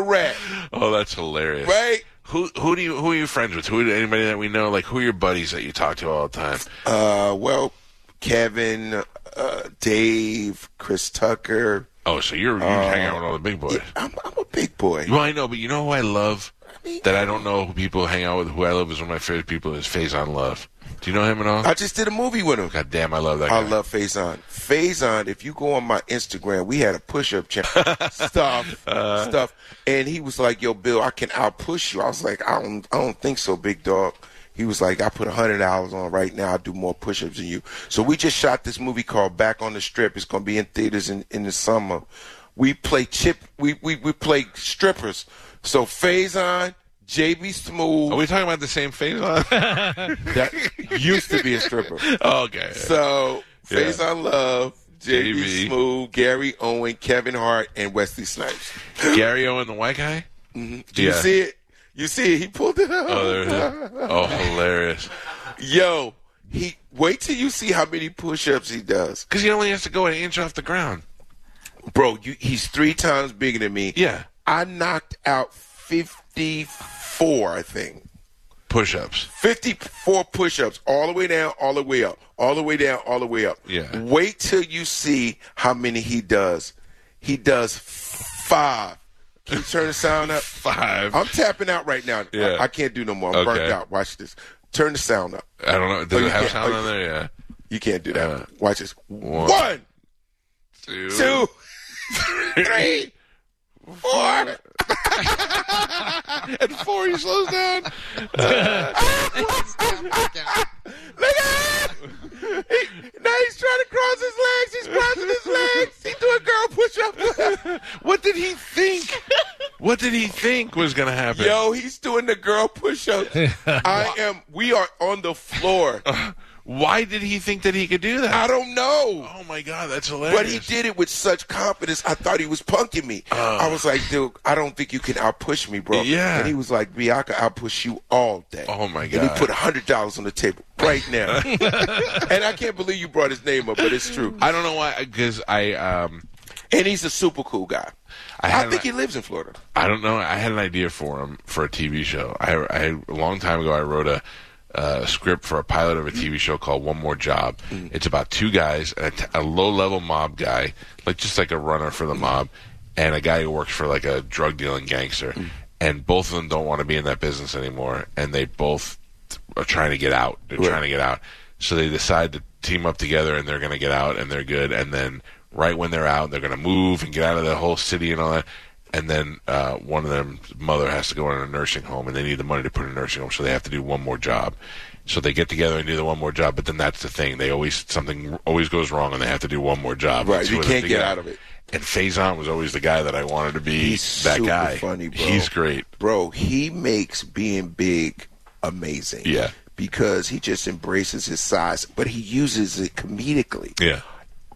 rat.
Oh, that's hilarious.
Right?
Who who do you who are you friends with? Who anybody that we know? Like who are your buddies that you talk to all the time?
Uh well, Kevin, uh, Dave, Chris Tucker.
Oh, so you're you hang
Uh,
out with all the big boys.
I'm, I'm a big boy.
Well, I know, but you know who I love
mean-
that I don't know who people hang out with. Who I love is one of my favorite people is Faison Love. Do you know him at all?
I just did a movie with him.
God damn, I love that.
I
guy.
love Faison. Faison, if you go on my Instagram, we had a push up challenge stuff, stuff, and he was like, "Yo, Bill, I can out push you." I was like, "I don't, I don't think so, big dog." He was like, "I put hundred hours on right now. I do more push ups than you." So we just shot this movie called Back on the Strip. It's gonna be in theaters in, in the summer. We play chip. We we, we play strippers. So Faison, JB Smooth,
Are we talking about the same Faison?
Oh,
Oh,
that used to be a stripper.
okay.
So,
Yeah.
Face on Love, JB
JB.
Smooth, Gary Owen, Kevin Hart, and Wesley Snipes.
Gary Owen, the white guy.
Do you
Yeah.
see it? You see it? He pulled it up.
Oh, there it is. Oh, hilarious.
Yo, he wait till you see how many push-ups he does,
Because he only has to go an inch off the ground.
bro. You, he's three times bigger than me.
Yeah.
I knocked out fifty-four, I think.
Push-ups.
54 push-ups all the way down all the way up all the way down all the way up
Yeah.
wait till you see how many he does he does five can you turn the sound up
Five.
i'm tapping out right now
Yeah.
I, I can't do no more i'm
Okay.
burnt out watch this turn the sound up
I don't know. Does
Oh,
it
you
have
can't-
sound
oh,
on there? Yeah.
you can't do that
Uh,
watch this
one,
one
Two.
two three four
And four, he slows down.
Look at him! He, now he's trying to cross his legs. He's crossing his legs. He doing girl push-ups.
What did he think? What did he think was going to happen?
Yo, he's doing the girl push-ups. I am. We are on the floor.
Why did he think that he could do that?
I don't know.
Oh my God, that's hilarious.
But he did it with such confidence. I thought he was punking me. I was like, dude, I don't think you can outpush me, bro.
Uh. Yeah.
And he was like, B, I can outpush you all day.
Oh, my
And
God.
he put hundred dollars on the table right now. and I can't believe you brought his name up, but it's true.
I don't know why, because I um,
And he's a super cool guy.
I
I,
had
think
a-
he lives in Florida.
I don't know. I had an idea for him for a TV show. I, I a long time ago I wrote a uh, script for a pilot of a TV show called One More Job. It's about two guys, a, t- a low-level mob guy, like just like a runner for the mob, and a guy who works for like a drug dealing gangster. And both of them don't want to be in that business anymore, and they both are trying to get out. They're trying to get out. So they decide to team up together and they're going to get out and they're good. And then right when they're out, they're going to move and get out of the whole city and all that. And then uh, one of them mother has to go in a nursing home and they need the money to put in a nursing home. So they have to do one more job. So they get together and do the one more job. But then that's the thing. They always, something always goes wrong and they have to do one more job.
Right,
The two
you
of them
can't get
together.
out of it.
And Faison was always the guy that I wanted to be.
He's
that
super
guy.
funny, bro.
He's great.
Bro, he makes being big amazing.
Yeah.
Because he just embraces his size, but he uses it comedically.
Yeah.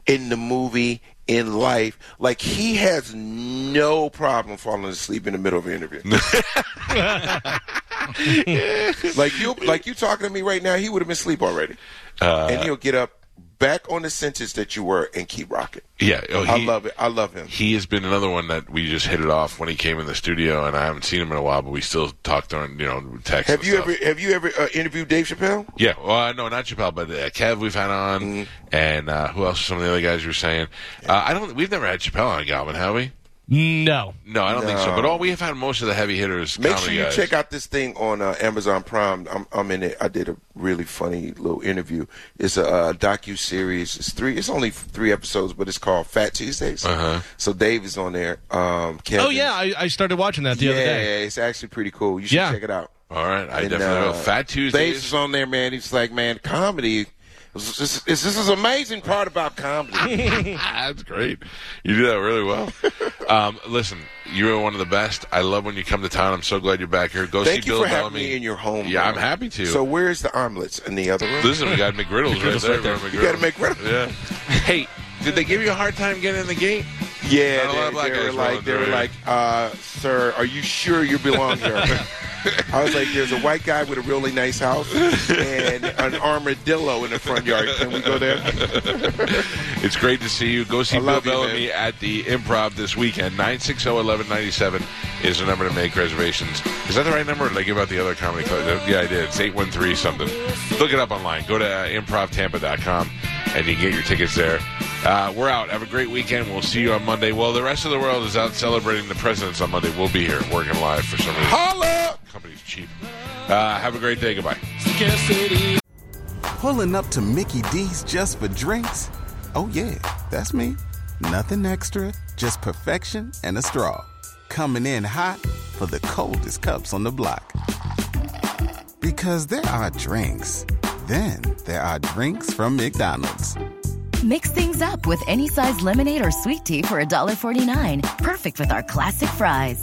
in the movie, in life. Like he has no problem falling asleep in the middle of an interview. like you, like you talking to me right now, he would have been asleep already, and he'll get up back on the sentence that you were and keep rocking.
Yeah. Oh,
I
he-
love it. I love him.
he has been another one that we just hit it off when he came in the studio, and I haven't seen him in a while, but we still talk during, you know, text.
Have
and
you
stuff.
ever have you ever uh, interviewed Dave Chappelle?
Yeah, well, uh, no, not Chappelle, but uh, Kev we've had on,
Mm-hmm.
and uh, who else? Some of the other guys you were saying. Uh, I don't. We've never had Chappelle on Galvin, have we?
No.
No, I don't think so. But all we have had most of the heavy hitters.
Make
comedy
sure you
guys.
check out this thing on uh, Amazon Prime. I'm, I'm in it. I did a really funny little interview. It's a uh, docu series. It's three. It's only three episodes, but it's called Fat Tuesdays.
Uh-huh.
So Dave is on there. Um, Kevin.
Oh yeah, I, I started watching that the
yeah,
other day.
it's actually pretty cool. You should
Yeah.
check it out.
All right, I
And,
definitely
uh,
will. Fat
Dave
Tuesdays.
is on there, man. He's like, man, comedy. This is, this is amazing part about comedy.
That's great. You do that really well. um, listen, you are one of the best. I love when you come to town. I'm so glad you're back here. Go
Thank
see
you
Bill
for having
Bellamy.
me in your home.
Yeah,
bro.
I'm happy to.
So where is the omelets in the other room?
Listen, we got McGriddles right there. bro,
You
McGriddles.
gotta make room.
Yeah. Hey, did they give you a hard time getting in the gate? Not
Yeah,
a lot
they,
of black
they were
guys
like,
rolling
they
through
were
here.
like, uh, sir, are you sure you belong here? I was like, there's a white guy with a really nice house and an armadillo in the front yard. Can we go there?
It's great to see you. Go see
I
Bill
love you,
Bellamy at the Improv this weekend. 960-1197 is the number to make reservations. Is that the right number? Or did I give out the other comedy club? Yeah, I did. It's 813 something. Look it up online. Go to uh, improvtampa.com and you can get your tickets there. Uh, we're out. Have a great weekend. We'll see you on Monday. Well, the rest of the world is out celebrating the presidents on Monday. We'll be here working live for some reason.
Holla!
Company's cheap. Uh, have a great day. Goodbye.
Pulling up to Mickey D's just for drinks? Oh, yeah, that's me. Nothing extra, just perfection and a straw. Coming in hot for the coldest cups on the block. Because there are drinks, then there are drinks from McDonald's.
Mix things up with any size lemonade or sweet tea for $1.49. Perfect with our classic fries.